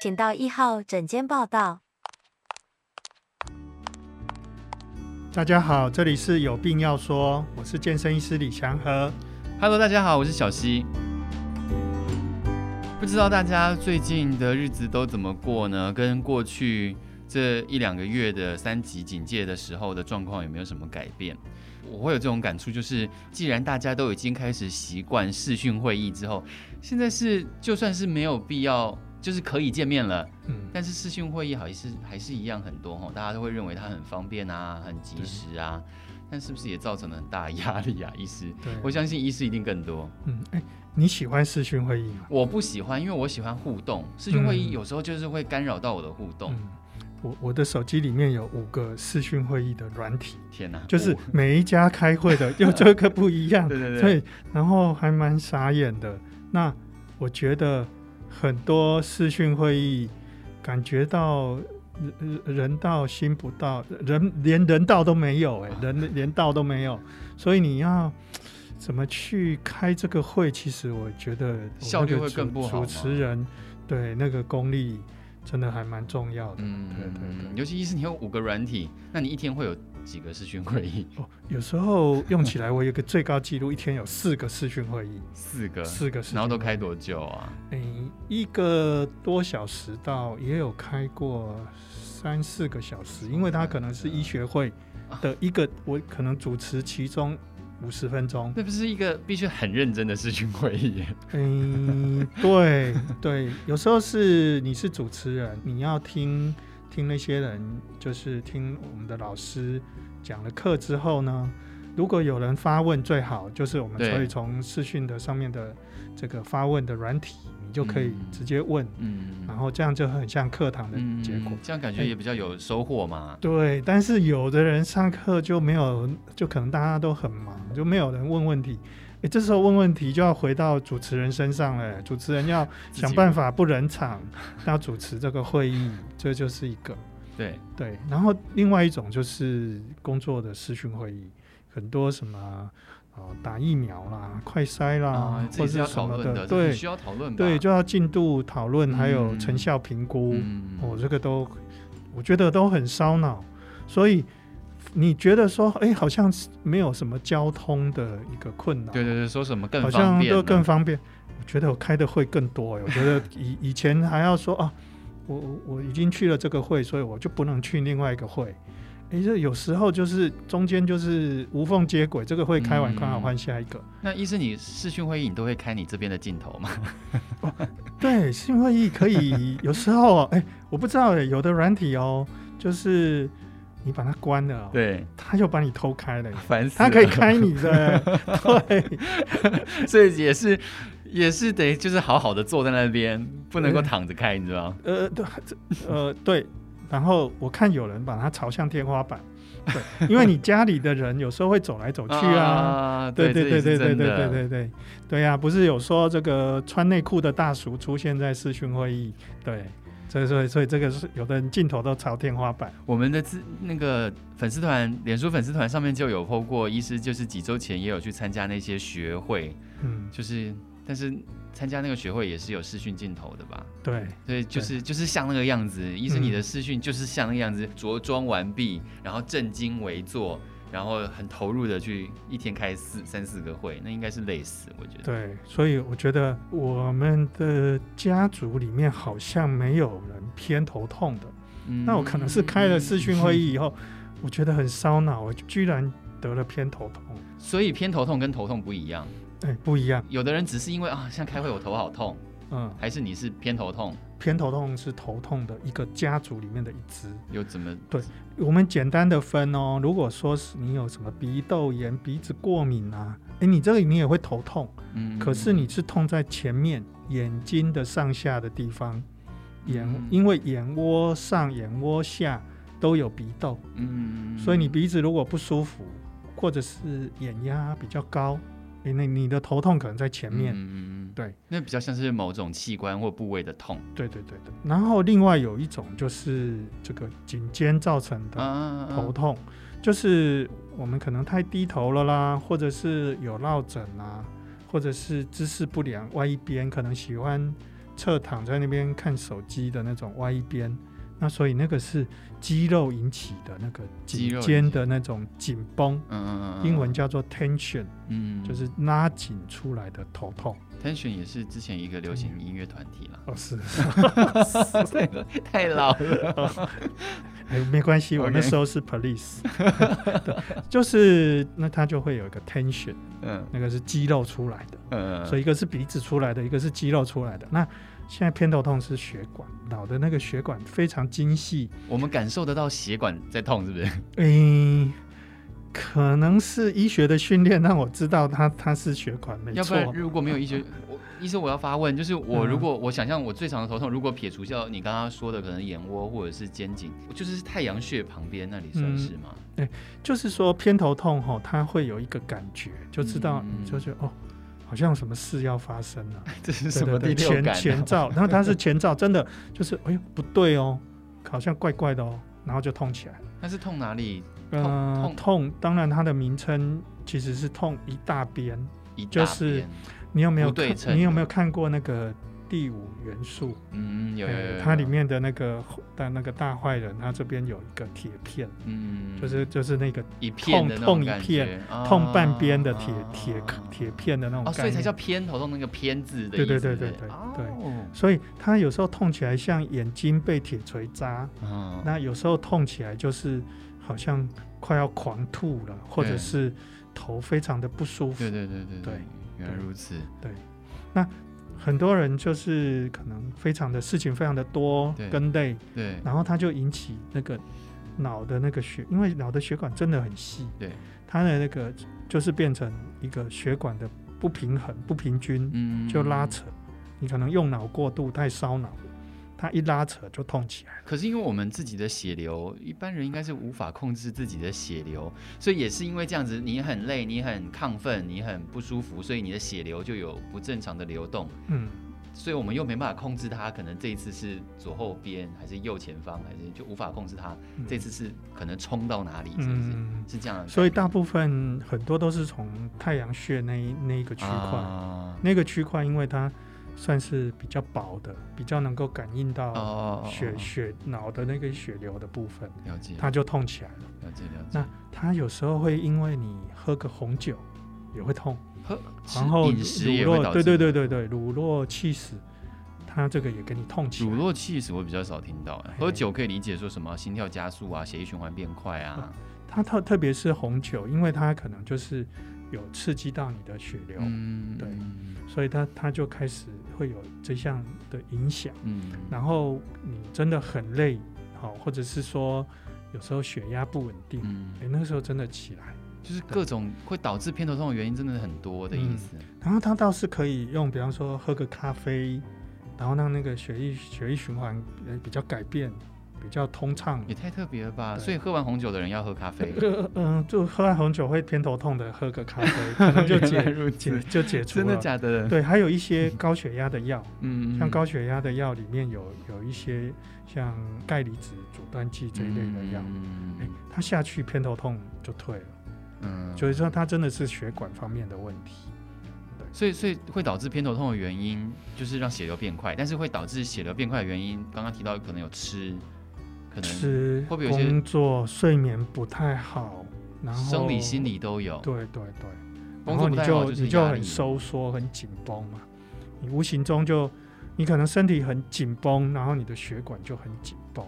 请到一号诊间报到。大家好，这里是有病要说，我是健身医师李祥和。 Hello，大家好，我是小溪。不知道大家最近的日子都怎么过呢？跟过去这一两个月的三级警戒的时候的状况有没有什么改变？我会有这种感触，就是既然大家都已经开始习惯视讯会议之后，现在是就算是没有必要，就是可以见面了，嗯，但是视讯会议还是还是一样很多哈，大家都会认为它很方便啊，很及时啊，但是不是也造成了很大的压力啊？医师，对，我相信医师一定更多。嗯，哎、你喜欢视讯会议吗？我不喜欢，因为我喜欢互动。视讯会议嗯有时候就是会干扰到我的互动。嗯，我我的手机里面有五个视讯会议的软体，天哪、就是我每一家开会的又这个不一样，对对对所以然后还蛮傻眼的。那我觉得很多视讯会议感觉到人人到心不到，人连人道都没有、啊哎，人连道都没有，所以你要。怎么去开这个会？其实我觉得我那个效率会主更不好主吗持人对那个功力真的还蛮重要 的。嗯，对对对尤其是你有五个软体，那你一天会有几个视讯会议？哦，有时候用起来，我有个最高记录，一天有四个视讯会议，四个，四个视讯然后都会议开多久啊？诶、一个多小时到也有开过三四个小时，因为它可能是医学会啊的一个，我可能主持其中五十分 钟。那不是一个必须很认真的视讯会议耶。嗯、对对，有时候是你是主持人，你要听听那些人，就是听我们的老师讲了课之后呢，如果有人发问最好，就是我们对可以从视讯的上面的这个发问的软体，你就可以嗯直接问。 嗯然后这样就很像课堂的结果。哎这样感觉也比较有收获嘛。对，但是有的人上课就没有，就可能大家都很忙，就没有人问问题。诶，这时候问问题就要回到主持人身上了，主持人要 自己想办法不冷场，要主持这个会 议，这就是一个对，对。然后另外一种就是工作的视讯会议，很多什么哦打疫苗啦、快筛啦，啊，这或也是是要什讨么论的，这对是需要讨论吧？对，就要进度讨论，还有嗯成效评估。嗯哦，这个都我觉得都很烧脑，所以你觉得说，哎，好像是没有什么交通的一个困扰，对对对，说什么更好方像便都呢？更方便。我觉得我开的会更多哎，我觉得以以前还要说啊，我我我已经去了这个会，所以我就不能去另外一个会。哎，这有时候就是中间就是无缝接轨，这个会开完嗯刚好换下一个。那医生，你视讯会议你都会开你这边的镜头吗？对，新会议可以有时候哎，我不知道哎，有的软体哦，就是你把它关了、哦，对，他又把你偷开了耶，烦死了。他可以开你的，对， 所以也是也是得就是好好的坐在那边，不能够躺着开，你知道吗？呃，对，这呃，对。然后我看有人把它朝向天花板，对，因为你家里的人有时候会走来走去 啊，对对对对对对对对对，对对，对呀、不是有说这个穿内裤的大叔出现在视讯会议，对，所以所以所以这个是有的人镜头都朝天花板，我们的自那个粉丝团，脸书粉丝团上面就有 PO 过，医师就是几周前也有去参加那些学会，嗯，就是但是参加那个学会也是有视讯镜头的吧？对，嗯所以就是就是像那个样子，医生你的视讯就是像那个样子，着装完毕，然后正襟危坐，然后很投入的去一天开四三四个会，那应该是累死，我觉得。对，所以我觉得我们的家族里面好像没有人偏头痛的。嗯那我可能是开了视讯会议以后，我觉得很烧脑，我居然得了偏头痛。嗯所以偏头痛跟头痛不一样，哎、不一样，有的人只是因为啊，像开会我头好痛，嗯，还是你是偏头痛，偏头痛是头痛的一个家族里面的一支。有怎么我们简单的分哦，如果说是你有什么鼻窦炎、鼻子过敏啊，哎，你这个你也会头痛，嗯？可是你是痛在前面眼睛的上下的地方，眼、嗯因为眼窝上、眼窝下都有鼻窦，嗯所以你鼻子如果不舒服，或者是眼压比较高，诶那你的头痛可能在前面。嗯对，那比较像是某种器官或部位的痛对对对对。然后另外有一种就是这个颈肩造成的啊，头痛，就是我们可能太低头了啦，或者啊是有落枕啦，或者是姿势不良，歪一边可能喜欢侧躺在那边看手机的那种歪一边，那所以那个是肌肉引起的那个肌颈肉引肩起的那种紧绷，嗯嗯嗯，英文叫做 tension，嗯，就是拉紧出来的头痛。 Tension 也是之前一个流行音乐团 体啦。哦，是，太老了，哎没关系，我 OK 那时候是 police，对就是那它就会有一个 tension， 嗯那个是肌肉出来的，嗯，所以以一个是鼻子出来的，一个是肌肉出来的。那现在偏头痛是血管，脑的那个血管非常精细，我们感受得到血管在痛，是不是？嗯，可能是医学的训练让我知道它它是血管，没要不错然。如果没有医学， 我医生我要发问，就是我嗯如果、我想象我最常的头痛，如果撇除掉你刚刚说的可能眼窝或者是肩颈，就是太阳穴旁边那里算是嗯吗？就是说偏头痛吼，它会有一个感觉，就知道嗯你就觉得哦，好像有什么事要发生了， 这是对 什么对第对，六前感、啊？前 兆，然后它是前兆，真的就是哎呦不对哦，好像怪怪的哦，然后就痛起来了。那是痛哪里？痛呃痛，痛，当然它的名称其实是痛一大边。一大就是边你有没有不对看？称你有没有看过那个第五元素？嗯，有有有呃有，它里面的那个但那个大坏人，他这边有一个铁片，嗯，就是就是那个一片的那痛种一感觉片，啊痛半边的铁啊铁铁片的那种哦，概念，所以才叫偏头痛那个偏字的对意对对思是不是对对哦，所以他有时候痛起来像眼睛被铁锤扎，嗯，那有时候痛起来就是好像快要狂吐了，或者对是头非常的不舒服对。对对对对，原来如此，很多人就是可能非常的事情非常的多对跟累，对然后它就引起那个脑的那个血，因为脑的血管真的很细，对，它的那个就是变成一个血管的不平衡、不平均，嗯就拉扯。你可能用脑过度，太烧脑了，它一拉扯就痛起来了。可是因为我们自己的血流，一般人应该是无法控制自己的血流，所以也是因为这样子，你很累，你很亢奋，你很不舒服，所以你的血流就有不正常的流动，嗯，所以我们又没办法控制它。可能这一次是左后边，还是右前方，还是就无法控制它。嗯这次是可能冲到哪里，是不是？嗯，是这样的概念。所以大部分很多都是从太阳穴那一那一个区块，啊那个区块因为它算是比较薄的，比较能够感应到哦，血哦血脑的那个血流的部分，了解，它就痛起来了。了解了解那。它有时候会因为你喝个红酒也会痛，喝然后饮食乳也会酪，导对对致对对对，乳酪气死，它这个也跟你痛起来。乳酪气死我比较少听到，哎嘿喝酒可以理解说什么心跳加速啊、血液循环变快啊，它特特别是红酒，因为它可能就是有刺激到你的血流，嗯，对所以它它就开始会有这项的影响。嗯，然后你真的很累，好，或者是说有时候血压不稳定，嗯，哎、那个时候真的起来。就是各种会导致偏头痛的原因真的很多的意思，然后它倒是可以用，比方说喝个咖啡，然后让那个血液血液循环呃比较改变，比较通畅。 也太特别了吧！对所以喝完红酒的人要喝咖啡，呃嗯、就 喝完红酒会偏头痛的，喝个咖啡可能就 原来解如解此，就解除了。真的假的？ 对，还有一些高血压的药，嗯，嗯像高血压的药里面有有一些像钙离子阻断剂这一类的药，嗯哎，它下去偏头痛就退了。嗯所以说，它真的哎是血管方面的问题。所以，所以会导致偏头痛的原因就是让血流变快，但是会导致血流变快的原因，刚刚提到可能有吃，可能吃、会不会有一些工作、睡眠不太好，然后生理、心。理都有。对对对，然工后作你不太好就就是你就压很力收缩、很紧绷嘛，你无形中就你可能身体很紧绷，然后你的血管就很紧绷，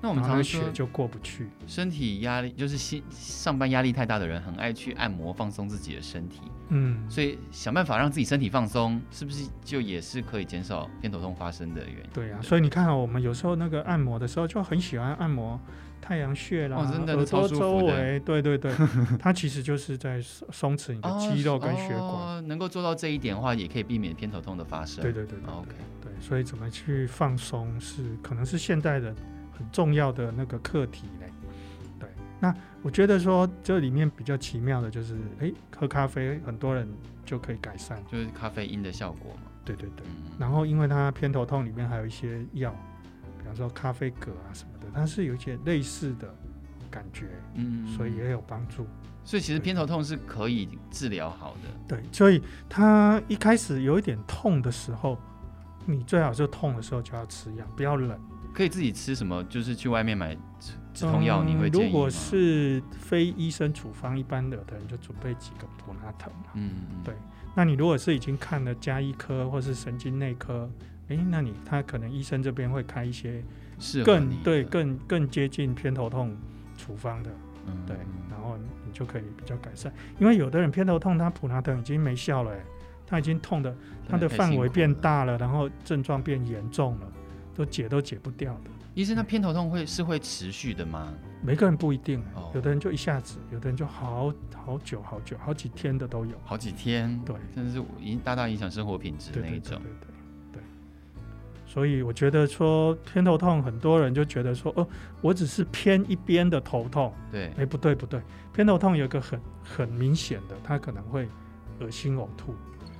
那我然们后那常个常血说，就过不去。身体压力就是心上班压力太大的人，很爱去按摩放松自己的身体，嗯，所以想办法让自己身体放松，是不是就也是可以减少偏头痛发生的原因？对呀、所以你看、啊，我们有时候那个按摩的时候就很喜欢按摩太阳穴啦，哦真的耳超朵舒服周的围，对对 对，它其实就是在松松弛你的哦肌肉跟血管。哦能够做到这一点的话，也可以避免偏头痛的发生。对对对对 OK，对，所以怎么去放松是可能是现代人很重要的那个课题嘞。对，那我觉得说这里面比较奇妙的就是，诶，喝咖啡很多人就可以改善。就是咖啡因的效果嘛。对对对，嗯，然后因为它偏头痛里面还有一些药，比方说咖啡铬啊什么的，它是有一些类似的感觉，嗯所以也有帮助。所以其实偏头痛是可以治疗好的。对，所以他一开始有一点痛的时候，你最好是痛的时候就要吃药，不要冷。可以自己吃什么？就是去外面买止止痛药，你会嗯建议吗？如果是非医生处方一般的，有的人就准备几个普拉疼啊。嗯，嗯，对那你如果是已经看了加医科或是神经内科，诶，那你他可能医生这边会开一些适合你更的对，更更接近偏头痛处方的，嗯对嗯，然后你就可以比较改善。因为有的人偏头痛，他普拉疼已经没效了、诶欸他已经痛的他的太范辛围苦变了大了，然后症状变严重了，都解都解不掉的。医生，那偏头痛会是会持续的吗？每个人不一定、欸哦有的人就一下子，有的人就好好久好久，好几天的都有。好几天，对，甚至是影大大影响生活品质对那对对一对种。对对。所以我觉得说偏头痛，很多人就觉得说，哦，我只是偏一边的头痛。对，哎，不对不对，偏头痛有一个很很明显的，它可能会恶心呕吐。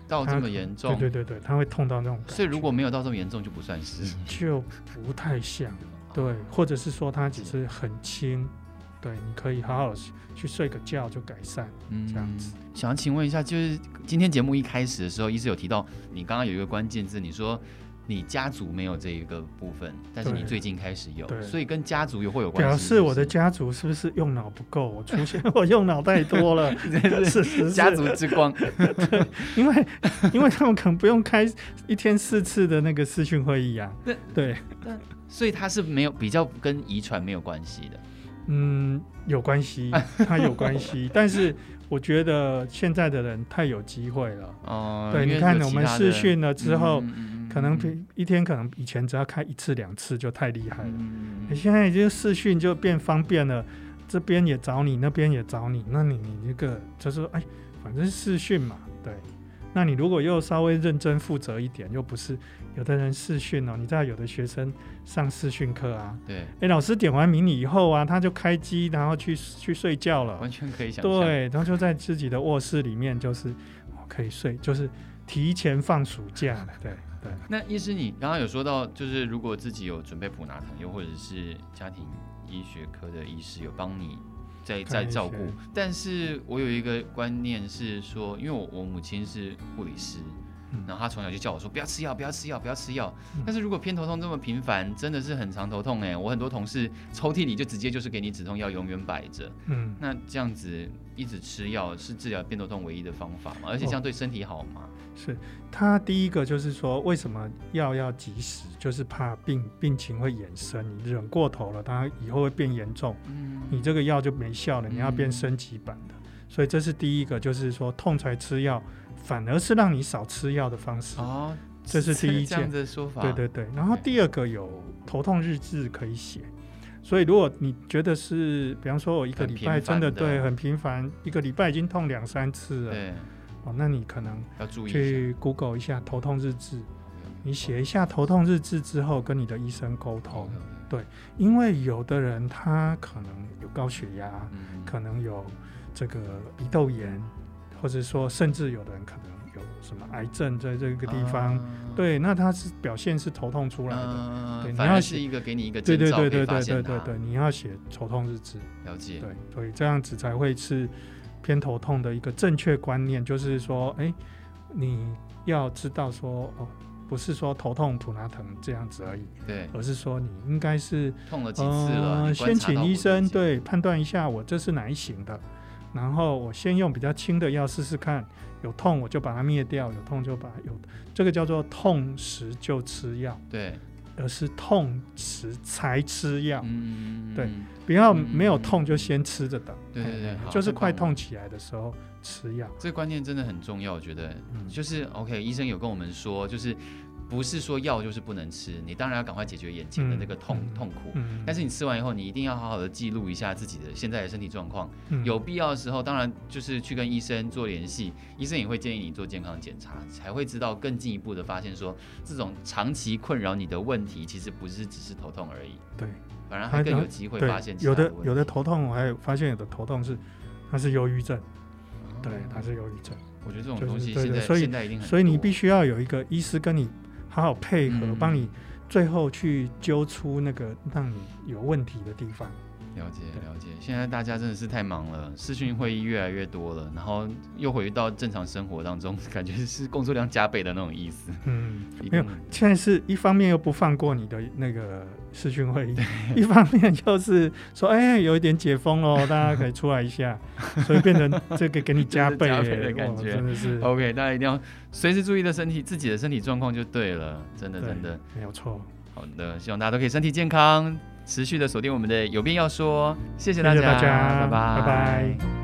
到它这可么严重，对对对对，它会痛到那种感觉。所以如果没有到这么严重，就不算是。就不太像，对，或者是说它只是很轻，对，你可以好好去睡个觉就改善。嗯这样子。想要请问一下，就是今天节目一开始的时候，医师有提到你刚刚有一个关键字，你说你家族没有这一个部分，但是对你最近开始有，对所以跟家族有会有关系。表示我的是不家族是不是用脑不够？我出现 我用脑太多了， 是是 是是家族之光，因为因为他们可能不用开一天四次的那个视讯会议啊那。对，所以它是没有比较跟遗传没有关系的。嗯，有关 系，它有关系，但是我觉得现在的人太有机会了。哦、对，因为你看有我其们他视的讯了之后，嗯嗯嗯可能嗯比一天可能以前只要开一次两次就太厉害了。嗯嗯你嗯现在已经视讯就变方便了，这边也找你，那边也找你，那你你这个就是哎，反正视讯嘛，对。那你如果又稍微认真负责一点，又不是有的人视讯哦，你知道有的学生上视讯课啊，对，哎，老师点完名你以后啊，他就开机，然后去去睡觉了，完全可以想象。对，然后就在自己的卧室里面，就是哦可以睡，就是提前放暑假了，对对。那医师，你刚刚有说到，就是如果自己有准备普拿疼，又或者是家庭医学科的医师有帮你在在看一些照顾，但是我有一个观念是说，因为我我母亲是护理师嗯。然后她从小就叫我说不要吃药，不要吃药，不要吃药嗯。但是如果偏头痛这么频繁，真的是很常头痛哎、我很多同事抽屉里就直接就是给你止痛药，永远摆着。嗯，那这样子一直吃药是治疗偏头痛唯一的方法吗？而且哦这样对身体好吗？是他第一个就是说，为什么药要及时，就是怕病病情会衍生，你忍过头了，它以后会变严重，嗯，你这个药就没效了，你要变嗯升级版的。所以这是第一个，就是说痛才吃药，反而是让你少吃药的方式。哦，这是第一这样件子的说法。对对对，然后 OK 第二个有头痛日志可以写，所以如果你觉得是，比方说我一个很礼频拜真的繁的对很频繁，一个礼拜已经痛两三次了，对，哦，那你可能要注意一下。去 Google 一下头痛日志，你写一下头痛日志之后，跟你的医生沟通，因为有的人他可能有高血压，嗯，可能有这个鼻窦炎，或者说甚至有的人可能有什么癌症，在这个地方，啊，对，那他是表现是头痛出来的。嗯对你反要而写是一个给你一个对征对兆，对可以对发对现对对它对，你要写头痛日志，了解，对，所以这样子才会是偏头痛的一个正确观念，就是说，哎、你要知道说，哦，不是说头痛普拿疼这样子而已，对，而是说你应该是呃痛了几次了，你观先察到请我医自生己，对判断一下我这是哪一型的，然后我先用比较轻的药试试看，有痛我就把它灭掉，有痛就把有这个叫做痛时就吃药，对，而是痛时才吃药，嗯，对嗯不要嗯没有痛就先吃着等，对对对哎好就是太棒快了痛起来的时候吃药。这个观念真的很重要，我觉得嗯就是 OK，医生有跟我们说，就是不是说药就是不能吃，你当然要赶快解决眼前的那个痛、嗯嗯痛苦。嗯但是你吃完以后，你一定要好好的记录一下自己的现在的身体状况。嗯有必要的时候，当然就是去跟医生做联系，医生也会建议你做健康检查，才会知道更进一步的发现说，这种长期困扰你的问题，其实不是只是头痛而已，对反而还更有机会对发现其他有的问题有的，头痛，我还有发现有的头痛是它是忧郁症，对，它是忧郁症。我觉得这种就是东西对现对在所以现在一嗯定很多，所以你必须要有一个医师跟你好好配合，嗯帮你最后去揪出那个让你有问题的地方。了解了解，现在大家真的是太忙了，视讯会议越来越多了，然后又回到正常生活当中，感觉是工作量加倍的那种意思。嗯，一没有定现在是一方面又不放过你的那个视讯会议，一方面就是说，哎、有一点解封喽，大家可以出来一 下，所以变成这个给你加倍,、真的是加倍的感觉哦哇真的是 OK，大家一定要随时注意的身体自己的身体状况就对了，真的对真的。没有错。好的，希望大家都可以身体健康，持续的锁定我们的有病要说，谢谢大家，谢谢大家，拜拜拜拜